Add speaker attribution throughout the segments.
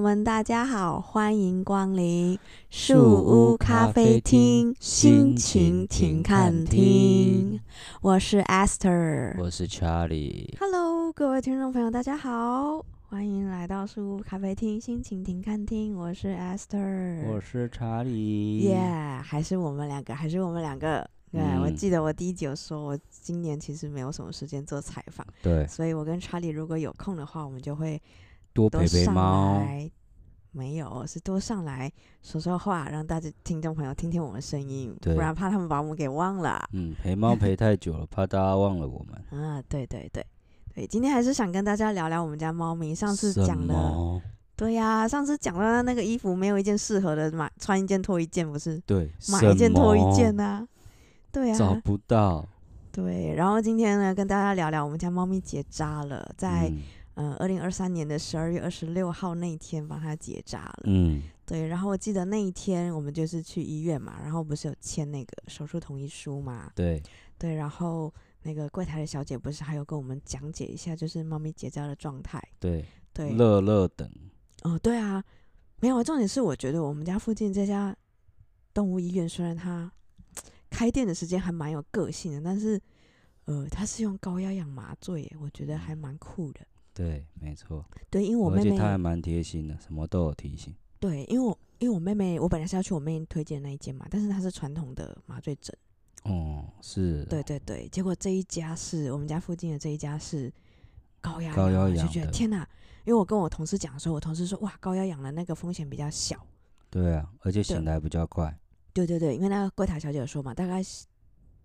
Speaker 1: 们大家好，欢迎光临
Speaker 2: 树屋咖啡厅
Speaker 1: 心情
Speaker 2: 心
Speaker 1: 停
Speaker 2: 情停
Speaker 1: 看
Speaker 2: 看
Speaker 1: 厅
Speaker 2: 厅。
Speaker 1: 我是 Esther。
Speaker 2: 我是 Charlie，
Speaker 1: Hello，各位听众朋友，大家好，欢迎来到树屋咖啡厅心情停看厅。我是 Esther。
Speaker 2: 我是查理。
Speaker 1: 耶还是我们两个，还是我们两个。对，我
Speaker 2: 嗯
Speaker 1: 记得我第一集有说，我今年其实没有什么时间做采访，
Speaker 2: 对，
Speaker 1: 所以我跟查理如果有空的话，我们就会
Speaker 2: 多
Speaker 1: 多
Speaker 2: 陪陪
Speaker 1: 上
Speaker 2: 猫。
Speaker 1: 来，没有，是多上来说说话，让大家听众朋友听听我们的声音，不
Speaker 2: 对
Speaker 1: 然怕他们把我们给忘了。
Speaker 2: 嗯，陪猫陪太久了，怕大家忘了我们。
Speaker 1: 啊，对对对对，今天还是想跟大家聊聊我们家猫咪。上次
Speaker 2: 什
Speaker 1: 讲了，
Speaker 2: 么？
Speaker 1: 对呀、上次讲了那个衣服没有一件适合的，买穿一件脱一件，不是
Speaker 2: 对，
Speaker 1: 买
Speaker 2: 什
Speaker 1: 一件脱一
Speaker 2: 么
Speaker 1: 件啊呐、对呀、
Speaker 2: 找不到。
Speaker 1: 对。然后今天呢，跟大家聊聊我们家猫咪结扎了，在
Speaker 2: 嗯
Speaker 1: 嗯二零二三年的十二月二十六号那一天帮它结扎了。
Speaker 2: 嗯，
Speaker 1: 对，然后我记得那一天我们就是去医院嘛，然后不是有签那个手术同意书嘛？
Speaker 2: 对，
Speaker 1: 对，然后那个柜台的小姐不是还有跟我们讲解一下，就是猫咪结扎的状态。
Speaker 2: 对，
Speaker 1: 对，
Speaker 2: 乐乐等。
Speaker 1: 哦，对啊，没有啊，重点是我觉得我们家附近这家动物医院虽然它开店的时间还蛮有个性的，但是呃，它是用高压氧麻醉耶，我觉得还蛮酷的。
Speaker 2: 对，没错。
Speaker 1: 对，因为我
Speaker 2: 而
Speaker 1: 妹
Speaker 2: 且
Speaker 1: 妹
Speaker 2: 他还蛮贴心的，什么都有提醒。
Speaker 1: 对，因为我因为我妹妹，我本来是要去我妹推荐的那一间嘛，但是它是传统的麻醉诊。
Speaker 2: 哦，是。
Speaker 1: 对。对对，结果这一家是我们家附近的这一家是高压
Speaker 2: 高
Speaker 1: 氧
Speaker 2: 压
Speaker 1: 我就
Speaker 2: 氧
Speaker 1: 觉得
Speaker 2: 的
Speaker 1: 天哪！因为我跟我同事讲的时候，我同事说哇，高压氧的那个风险比较小。
Speaker 2: 对啊，而且醒来比较快。
Speaker 1: 对对对，因为那个柜台小姐有说嘛，大概是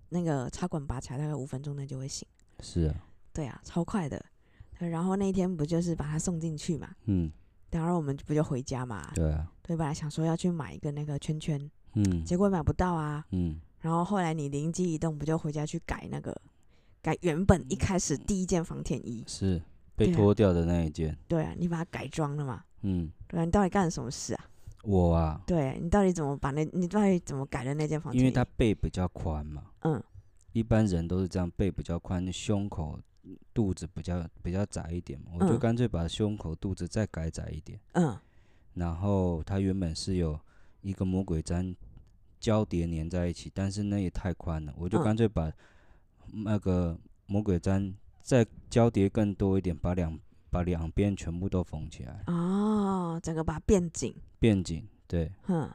Speaker 1: 那个插管拔起来大概五分钟内就会醒。
Speaker 2: 是啊。
Speaker 1: 对啊，超快的。对然后那一天不就是把它送进去嘛，
Speaker 2: 嗯，
Speaker 1: 然后我们不就回家嘛？
Speaker 2: 对啊。
Speaker 1: 对，本来想说要去买一个那个圈圈，
Speaker 2: 嗯
Speaker 1: 结果买不到啊。
Speaker 2: 嗯，
Speaker 1: 然后后来你灵机一动，不就回家去改那个改原本
Speaker 2: 嗯
Speaker 1: 一开始第一件防舔衣？
Speaker 2: 是被
Speaker 1: 对啊
Speaker 2: 脱掉的那一件。
Speaker 1: 对啊，你把它改装了嘛？
Speaker 2: 嗯，
Speaker 1: 对啊，你到底干了什么事啊？
Speaker 2: 我啊，
Speaker 1: 对你到底怎么把那，你到底怎么改的那件房间？
Speaker 2: 因为它背比较宽嘛，
Speaker 1: 嗯，
Speaker 2: 一般人都是这样，背比较宽，胸口、肚子比较比较窄一点嘛，我就
Speaker 1: 嗯
Speaker 2: 干脆把胸口、肚子再改窄一点。
Speaker 1: 嗯，
Speaker 2: 然后它原本是有一个魔鬼毡交叠粘在一起，但是那也太宽了，我就
Speaker 1: 嗯
Speaker 2: 干脆把那个魔鬼毡再交叠更多一点，把两把两边全部都缝起来，
Speaker 1: 哦，整个把它变紧，
Speaker 2: 变紧，对。
Speaker 1: 哼，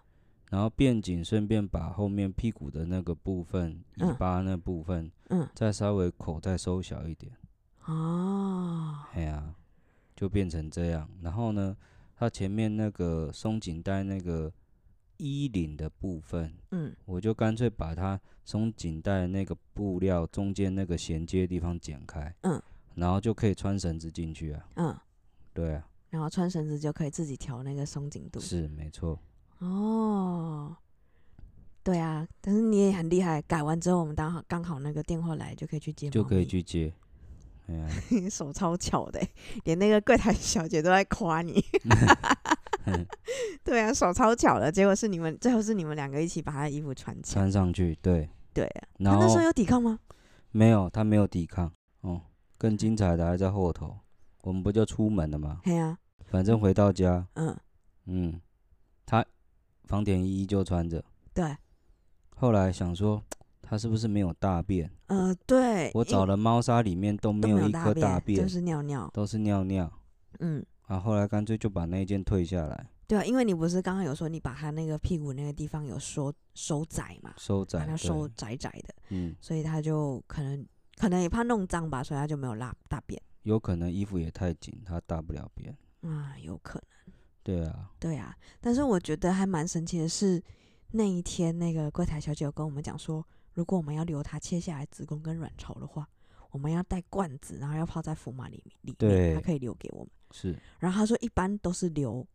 Speaker 2: 然后变紧，顺便把后面屁股的那个部分、尾
Speaker 1: 嗯
Speaker 2: 巴那部分，
Speaker 1: 嗯，
Speaker 2: 再稍微口再收小一点，
Speaker 1: 哦，
Speaker 2: 哎呀、就变成这样。然后呢，它前面那个松紧带那个衣领的部分，
Speaker 1: 嗯，
Speaker 2: 我就干脆把它松紧带那个布料中间那个衔接的地方剪开，
Speaker 1: 嗯，
Speaker 2: 然后就可以穿绳子进去啊。
Speaker 1: 嗯，
Speaker 2: 对啊，
Speaker 1: 然后穿绳子就可以自己调那个松紧度。
Speaker 2: 是没错，
Speaker 1: 哦，对啊，但是你也很厉害，改完之后我们刚好刚好那个电话来就可以去接，
Speaker 2: 就可以，去接。哎呀、
Speaker 1: 手超巧的欸， 连那个柜台小姐都在夸你。
Speaker 2: 嗯
Speaker 1: 对啊，手超巧的，结果是你们最后是你们两个一起把他的衣服穿起来。
Speaker 2: 穿上去，对。
Speaker 1: 对啊，他
Speaker 2: 然
Speaker 1: 那时
Speaker 2: 后
Speaker 1: 候有抵抗吗？
Speaker 2: 没有，他没有抵抗。哦，更精彩的还在后头。我们不就出门了吗？
Speaker 1: 嘿啊，
Speaker 2: 反正回到家，
Speaker 1: 嗯，
Speaker 2: 嗯，他防点衣依旧穿着。
Speaker 1: 对，
Speaker 2: 后来想说，他是不是没有大便？
Speaker 1: 呃，对，
Speaker 2: 我找了猫砂，里面都
Speaker 1: 都
Speaker 2: 没
Speaker 1: 没
Speaker 2: 有一
Speaker 1: 大
Speaker 2: 颗大
Speaker 1: 便，
Speaker 2: 便，
Speaker 1: 就是尿尿。
Speaker 2: 都是尿尿。
Speaker 1: 嗯，
Speaker 2: 啊，后来干脆就把那一件退下来，
Speaker 1: 对啊，因为你不是刚刚有说你把他那个屁股那个地方有收收窄嘛，
Speaker 2: 收
Speaker 1: 把
Speaker 2: 窄。
Speaker 1: 它
Speaker 2: 对
Speaker 1: 收窄窄的，
Speaker 2: 嗯，
Speaker 1: 所以他就可能可能也怕弄脏吧，所以他就没有拉大便
Speaker 2: 有可能衣服也太紧，他大不了便。
Speaker 1: 啊，有可能。
Speaker 2: 对啊，
Speaker 1: 对啊，但是我觉得还蛮神奇的是，那一天那个柜台小姐有跟我们讲说，如果我们要留它切下来子宫跟卵巢的话，我们要带罐子，然后要泡在福马里面里面，
Speaker 2: 对
Speaker 1: 它可以留给我们。
Speaker 2: 是，
Speaker 1: 然后她说一般都是留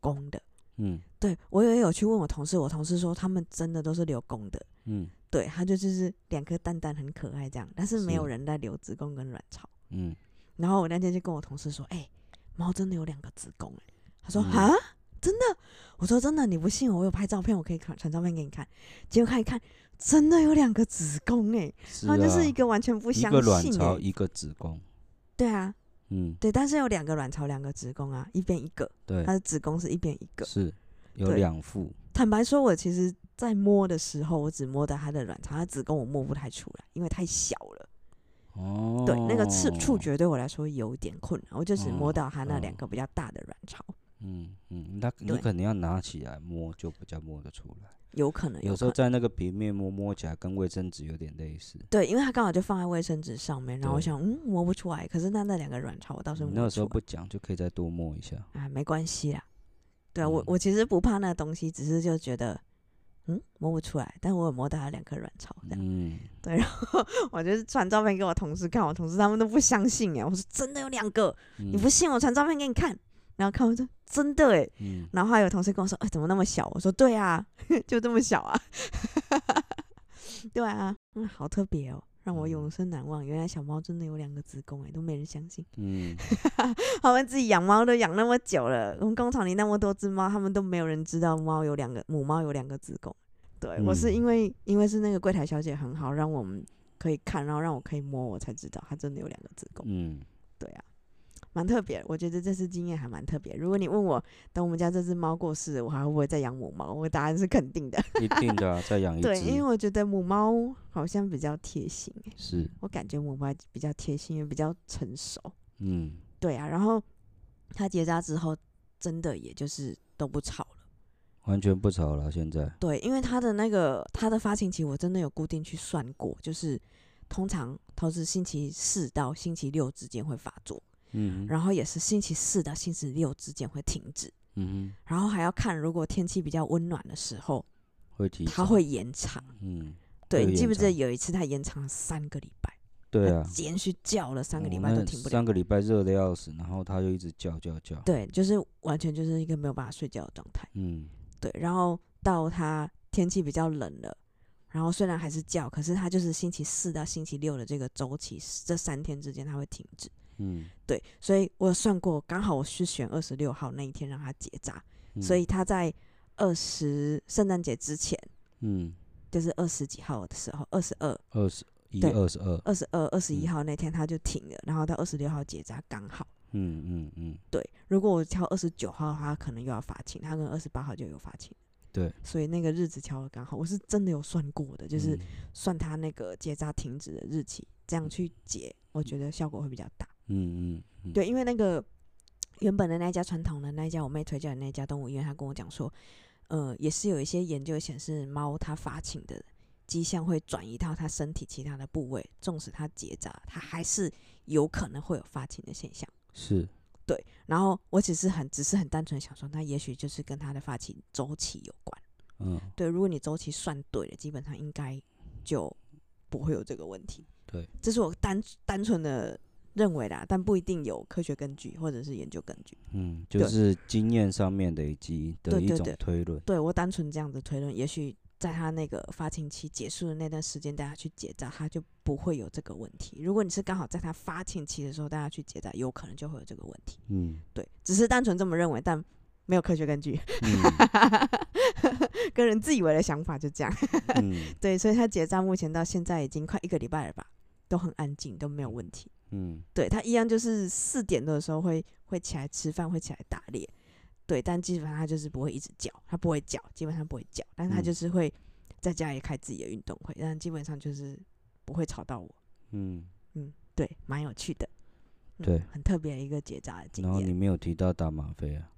Speaker 1: 公的，
Speaker 2: 嗯
Speaker 1: 对我也有去问我同事，我同事说他们真的都是留公的，
Speaker 2: 嗯
Speaker 1: 对，他就就是两颗蛋蛋很可爱这样，但是没有
Speaker 2: 是
Speaker 1: 人在留子宫跟卵巢。
Speaker 2: 嗯，
Speaker 1: 然后我那天就跟我同事说：“哎、猫真的有两个子宫。”哎，他说：“
Speaker 2: 嗯
Speaker 1: 啊、真的？”我说：“真的，你不信我，我有拍照片，我可以传传照片给你看。”结果看一看，真的有两个子宫哎、
Speaker 2: 是
Speaker 1: 他们就是
Speaker 2: 啊
Speaker 1: 一个完全不
Speaker 2: 一
Speaker 1: 相
Speaker 2: 个卵
Speaker 1: 信哎、
Speaker 2: 巢，一个子宫。
Speaker 1: 对啊，
Speaker 2: 嗯，
Speaker 1: 对，但是有两个卵巢，两个子宫啊，一边一个，
Speaker 2: 对
Speaker 1: 它，的子宫是一边一个。
Speaker 2: 是有
Speaker 1: 对
Speaker 2: 两副，
Speaker 1: 坦白说，我其实在摸的时候，我只摸到它的卵巢，它的子宫我摸不太出来，因为太小了。
Speaker 2: 哦，
Speaker 1: 对，那个触触，觉对我来说有点困难，我就只摸
Speaker 2: 哦
Speaker 1: 到它那
Speaker 2: 哦
Speaker 1: 两个比较大的卵巢，
Speaker 2: 嗯嗯，那你
Speaker 1: 对
Speaker 2: 可能要拿起来摸，就比较摸得出来。
Speaker 1: 有可能
Speaker 2: 有时
Speaker 1: 可
Speaker 2: 候
Speaker 1: 能。
Speaker 2: 在那个平面摸摸起来跟卫生纸有点类似。
Speaker 1: 对，因为它刚好就放在卫生纸上面，然后我
Speaker 2: 对
Speaker 1: 想，嗯，摸不出来。可是那那两个卵巢我倒是
Speaker 2: 你
Speaker 1: 摸
Speaker 2: 那
Speaker 1: 得
Speaker 2: 个时候
Speaker 1: 出
Speaker 2: 不讲，就可以再多摸一下。
Speaker 1: 来，啊，没关系啦。对啊，我
Speaker 2: 嗯
Speaker 1: 我其实不怕那东西，只是就觉得，嗯，摸不出来。但我有摸到它两颗卵巢，这样。
Speaker 2: 嗯，
Speaker 1: 我就是传照片给我同事看，我同事他们都不相信哎，我说真的有两个，你
Speaker 2: 你
Speaker 1: 不信我传照片给你看，然后看我说真的哎，
Speaker 2: 嗯，
Speaker 1: 然后还有同事跟我说，哎、怎么那么小？我说对啊， 就这么小啊， 对啊，嗯，好特别哦，让我永生难忘。原来小猫真的有两个子宫哎，都没人相信，
Speaker 2: 嗯，
Speaker 1: 他们自己养猫都养那么久了，我们工厂里那么多只猫，他们都没有人知道猫有两个母猫有两个子宫。对、我是
Speaker 2: 嗯
Speaker 1: 因为因为是那个柜台小姐很好，让我们可以看，然后让我可以摸，我才知道它真的有两个子宫。
Speaker 2: 嗯，
Speaker 1: 对啊，蛮特别的，我觉得这次经验还蛮特别。如果你问我，等我们家这只猫过世了，我还会不会再养母猫？我答案是肯定的。
Speaker 2: 一定的啊，再养一
Speaker 1: 对，因为
Speaker 2: 只，
Speaker 1: 我觉得母猫好像比较贴心欸、
Speaker 2: 是，
Speaker 1: 我感觉母猫比较贴心，也比较成熟。
Speaker 2: 嗯，
Speaker 1: 对啊，然后它结扎之后，真的也就是都不吵了。
Speaker 2: 完全不吵了，现在，
Speaker 1: 对，因为它的那个它的发情期，我真的有固定去算过，就是通常都是星期四到星期六之间会发作，
Speaker 2: 嗯哼，
Speaker 1: 然后也是星期四到星期六之间会停止，
Speaker 2: 嗯
Speaker 1: 然后还要看如果天气比较温暖的时候，
Speaker 2: 哼，会提，
Speaker 1: 它，会延长。
Speaker 2: 嗯，
Speaker 1: 对，
Speaker 2: 会
Speaker 1: 你记
Speaker 2: 延
Speaker 1: 不记得
Speaker 2: 长
Speaker 1: 有一次它延长了三个礼拜？
Speaker 2: 对
Speaker 1: 它
Speaker 2: 啊，
Speaker 1: 连续叫了 三个
Speaker 2: 我
Speaker 1: 礼拜都
Speaker 2: 那
Speaker 1: 停不了
Speaker 2: 三。个礼拜热的要死，然后它就一直叫叫叫，，
Speaker 1: 对，就是完全就是一个没有办法睡觉的状态。
Speaker 2: 嗯，
Speaker 1: 对，然后到它天气比较冷了，然后虽然还是叫，可是它就是星期四到星期六的这个周期，这三天之间它会停止。
Speaker 2: 嗯，
Speaker 1: 对，所以我有算过，刚好我是选二十六号那一天让它结扎，
Speaker 2: 嗯
Speaker 1: 所以，它在二十圣诞节之前，
Speaker 2: 嗯，
Speaker 1: 就是二十几号的时候，二十二、
Speaker 2: 二十一、
Speaker 1: 对
Speaker 2: 二十二，
Speaker 1: 二十二、二十一
Speaker 2: 嗯
Speaker 1: 号那天它就停了，然后到二十六号结扎刚好。
Speaker 2: 嗯嗯嗯，
Speaker 1: 对，如果我挑二十九号的话，它可能又要发情，它跟二十八号就有发情。
Speaker 2: 对，
Speaker 1: 所以那个日子挑的刚好，我是真的有算过的，就是
Speaker 2: 嗯，
Speaker 1: 算它那个结扎停止的日期，这样去结，我觉得效果会比较大。
Speaker 2: 嗯嗯嗯，
Speaker 1: 对，因为那个原本的那一家传统的那一家，我妹推荐的那一家动物医院，她跟我讲说，呃，也是有一些研究显示，猫它发情的迹象会转移到它身体其他的部位，纵使它结扎，它还是有可能会有发情的现象。
Speaker 2: 是，
Speaker 1: 对，然后我只是很只是很单纯想说，那也许就是跟它的发情周期有关。
Speaker 2: 嗯，
Speaker 1: 对，如果你周期算对了，基本上应该就不会有这个问题。
Speaker 2: 对，
Speaker 1: 这是我单单纯的认为啦，但不一定有科学根据或者是研究根据。
Speaker 2: 嗯，就
Speaker 1: 对
Speaker 2: 是经验上面累积的
Speaker 1: 对
Speaker 2: 一
Speaker 1: 对
Speaker 2: 种
Speaker 1: 对
Speaker 2: 推论，
Speaker 1: 对我单纯这样子推论，也许在它那个发情期结束的那段时间，大家去结扎，它就不会有这个问题。如果你是刚好在它发情期的时候，大家去结扎，有可能就会有这个问题。
Speaker 2: 嗯
Speaker 1: 对，只是单纯这么认为，但没有科学根据。
Speaker 2: 嗯
Speaker 1: 个人自以为的想法就这样。
Speaker 2: 嗯
Speaker 1: 对，所以他结扎目前到现在已经快一个礼拜了吧，都很安静，都没有问题。
Speaker 2: 嗯
Speaker 1: 对他一样就是四点多的时候会会起来吃饭，会起来打猎。对，但基本上他就是不会一直叫，他不会叫，基本上不会叫，但是他
Speaker 2: 嗯
Speaker 1: 就是会在家里开自己的运动会，但基本上就是不会吵到我。
Speaker 2: 嗯，
Speaker 1: 对，蛮有趣的。嗯
Speaker 2: 对
Speaker 1: 很特别的一个结扎的经
Speaker 2: 然后
Speaker 1: 验。
Speaker 2: 你没有提到打吗啡啊？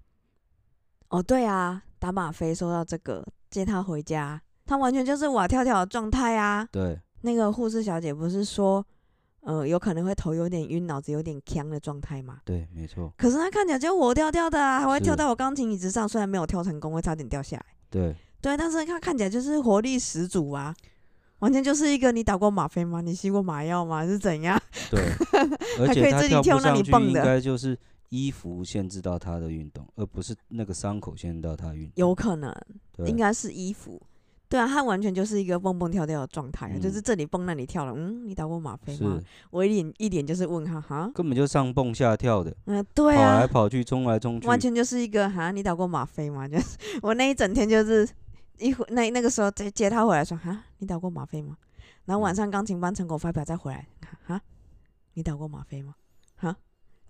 Speaker 1: 哦，对啊，打马飞说到这个，接他回家，他完全就是瓦跳跳的状态啊。
Speaker 2: 对，
Speaker 1: 那个护士小姐不是说，呃，有可能会头有点晕，脑子有点呛的状态吗？
Speaker 2: 对，没错，
Speaker 1: 可是她看起来就活跳跳的啊，还会
Speaker 2: 是
Speaker 1: 跳到我钢琴椅子上，虽然没有跳成功，会差点掉下来。
Speaker 2: 对，
Speaker 1: 对，但是她看起来就是活力十足啊，完全就是一个你打过吗啡吗？你吸过麻药吗？是怎样？
Speaker 2: 对，而
Speaker 1: 还可
Speaker 2: 且
Speaker 1: 以
Speaker 2: 他
Speaker 1: 自己
Speaker 2: 跳
Speaker 1: 跳
Speaker 2: 不
Speaker 1: 那
Speaker 2: 上
Speaker 1: 里
Speaker 2: 去，
Speaker 1: 蹦
Speaker 2: 应
Speaker 1: 的
Speaker 2: 该就是衣服限制到他的运动，而不是那个伤口限制到他的运动。
Speaker 1: 有可能，
Speaker 2: 对
Speaker 1: 应该是衣服。对啊，她完全就是一个蹦蹦跳跳的状态啊，就
Speaker 2: 嗯
Speaker 1: 是这里蹦那里跳了。嗯，你打过吗啡吗
Speaker 2: 是？
Speaker 1: 我一脸一脸就是问号哈，
Speaker 2: 根本就上蹦下跳的，
Speaker 1: 嗯、对
Speaker 2: 跑
Speaker 1: 啊，
Speaker 2: 来跑去，冲来冲去，
Speaker 1: 完全就是一个哈，你打过吗啡吗？就是我那一整天就是一回那那个时候接接他回来说哈，你打过吗啡吗？
Speaker 2: 嗯
Speaker 1: 然后晚上钢琴班成果发表再回来哈，你打过吗啡吗？哈，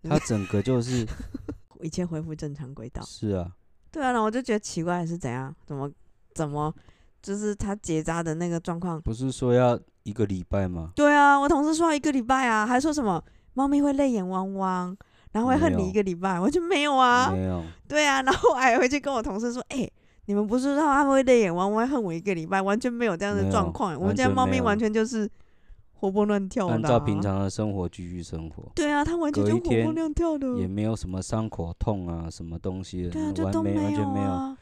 Speaker 2: 它整个就是
Speaker 1: 一切恢复正常轨道。
Speaker 2: 是啊，
Speaker 1: 对啊，然后我就觉得奇怪是怎样，怎么怎么，就是他结扎的那个状况。
Speaker 2: 不是说要一个礼拜吗？
Speaker 1: 对啊，我同事说要一个礼拜啊，还说什么猫咪会泪眼汪汪，然后会恨
Speaker 2: 没
Speaker 1: 你一
Speaker 2: 有
Speaker 1: 个礼拜，我就没有啊，
Speaker 2: 没有，
Speaker 1: 对啊，然后我还回去跟我同事说，哎、你们不是说他们会泪眼汪汪恨我一个礼拜，完全没有这样
Speaker 2: 没
Speaker 1: 的
Speaker 2: 有
Speaker 1: 状况，我们
Speaker 2: 完
Speaker 1: 家
Speaker 2: 全
Speaker 1: 猫
Speaker 2: 没
Speaker 1: 咪
Speaker 2: 有
Speaker 1: 完全就是活蹦乱跳的、啊
Speaker 2: 按照平。常的生活继续生活，
Speaker 1: 对啊，它完全
Speaker 2: 隔
Speaker 1: 就
Speaker 2: 一
Speaker 1: 活
Speaker 2: 天
Speaker 1: 蹦乱跳的。
Speaker 2: 也没有什么伤口痛啊，什么东西的，
Speaker 1: 对啊，就
Speaker 2: 完
Speaker 1: 都
Speaker 2: 没完全
Speaker 1: 有
Speaker 2: 没有。
Speaker 1: 啊。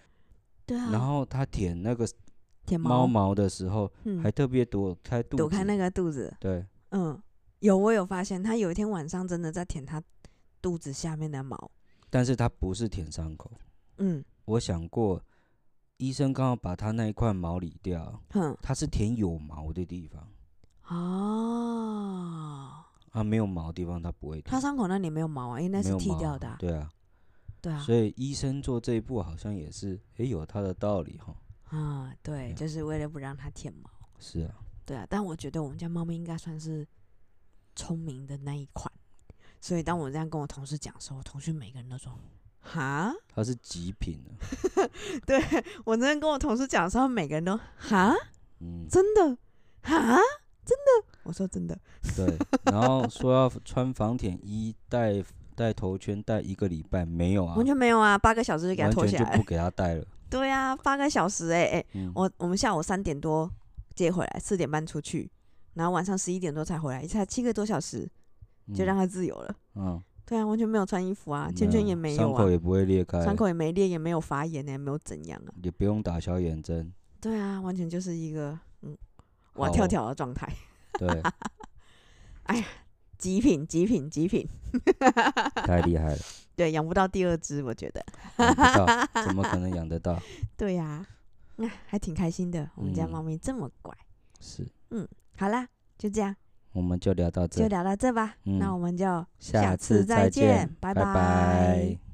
Speaker 1: 对啊。
Speaker 2: 然后它舔那个
Speaker 1: 舔毛，
Speaker 2: 猫毛的时候，
Speaker 1: 嗯
Speaker 2: 还，特别躲开肚子，
Speaker 1: 躲开那个肚子。
Speaker 2: 对，
Speaker 1: 嗯，有我有发现，它有一天晚上真的在舔它肚子下面的毛。
Speaker 2: 但是它不是舔伤口。
Speaker 1: 嗯
Speaker 2: 我想过，医生刚好把它那一块毛理掉，
Speaker 1: 哼
Speaker 2: 它是舔有毛的地方，
Speaker 1: 哦，
Speaker 2: 啊，没有毛的地方它不会
Speaker 1: 它
Speaker 2: 舔，
Speaker 1: 伤口那里没有毛啊，因为那
Speaker 2: 嗯没
Speaker 1: 是
Speaker 2: 有
Speaker 1: 剃
Speaker 2: 毛
Speaker 1: 掉的啊、
Speaker 2: 对啊，
Speaker 1: 对啊。
Speaker 2: 所以医生做这一步好像也是，诶，有他的道理哈。
Speaker 1: 啊，对，
Speaker 2: 对啊
Speaker 1: 就是为了不让它舔毛。
Speaker 2: 是啊，
Speaker 1: 对啊，但我觉得我们家猫咪应该算是聪明的那一款，所以当我这样跟我同事讲的时候，我同事每个人都说：“哈，
Speaker 2: 他是极品啊，
Speaker 1: 对我那天跟我同事讲的时候，每个人都哈，
Speaker 2: 嗯，
Speaker 1: 真的哈，真的。”我说：“真的。
Speaker 2: 对。然后说要穿防舔衣、戴戴头圈、戴一个礼拜，没有啊，
Speaker 1: 完全没有啊，八个小时就给它
Speaker 2: 完
Speaker 1: 脱
Speaker 2: 全
Speaker 1: 下
Speaker 2: 就不
Speaker 1: 来。
Speaker 2: 给他戴了。
Speaker 1: 对啊，八个小时哎、欸、哎、
Speaker 2: 嗯，
Speaker 1: 我我们下午三点多接回来，四点半出去，然后晚上十一点多才回来，才七个多小时就
Speaker 2: 嗯
Speaker 1: 让它自由了。
Speaker 2: 嗯，
Speaker 1: 对啊，完全没有穿衣服啊，圈圈也没有
Speaker 2: 伤
Speaker 1: 啊
Speaker 2: 口，也不会裂开，
Speaker 1: 伤口也没裂，也没有发炎也没有怎样啊。
Speaker 2: 也不用打消炎针。
Speaker 1: 对啊，完全就是一个嗯，哇
Speaker 2: 好
Speaker 1: 跳
Speaker 2: 哦
Speaker 1: 跳的状态，
Speaker 2: 对，
Speaker 1: 极品极品极 品。
Speaker 2: 太厉害了，
Speaker 1: 对，养不到第二只，我觉得。
Speaker 2: 养不到，怎么可能养得到？
Speaker 1: 对呀、那、还挺开心的，我们家
Speaker 2: 嗯
Speaker 1: 猫咪这么乖。
Speaker 2: 是，
Speaker 1: 好啦，就这样，
Speaker 2: 我们就聊到
Speaker 1: 就
Speaker 2: 这，
Speaker 1: 聊到这吧。那
Speaker 2: 嗯
Speaker 1: 我们就
Speaker 2: 下
Speaker 1: 次
Speaker 2: 次再
Speaker 1: 见，
Speaker 2: 拜
Speaker 1: 拜
Speaker 2: 拜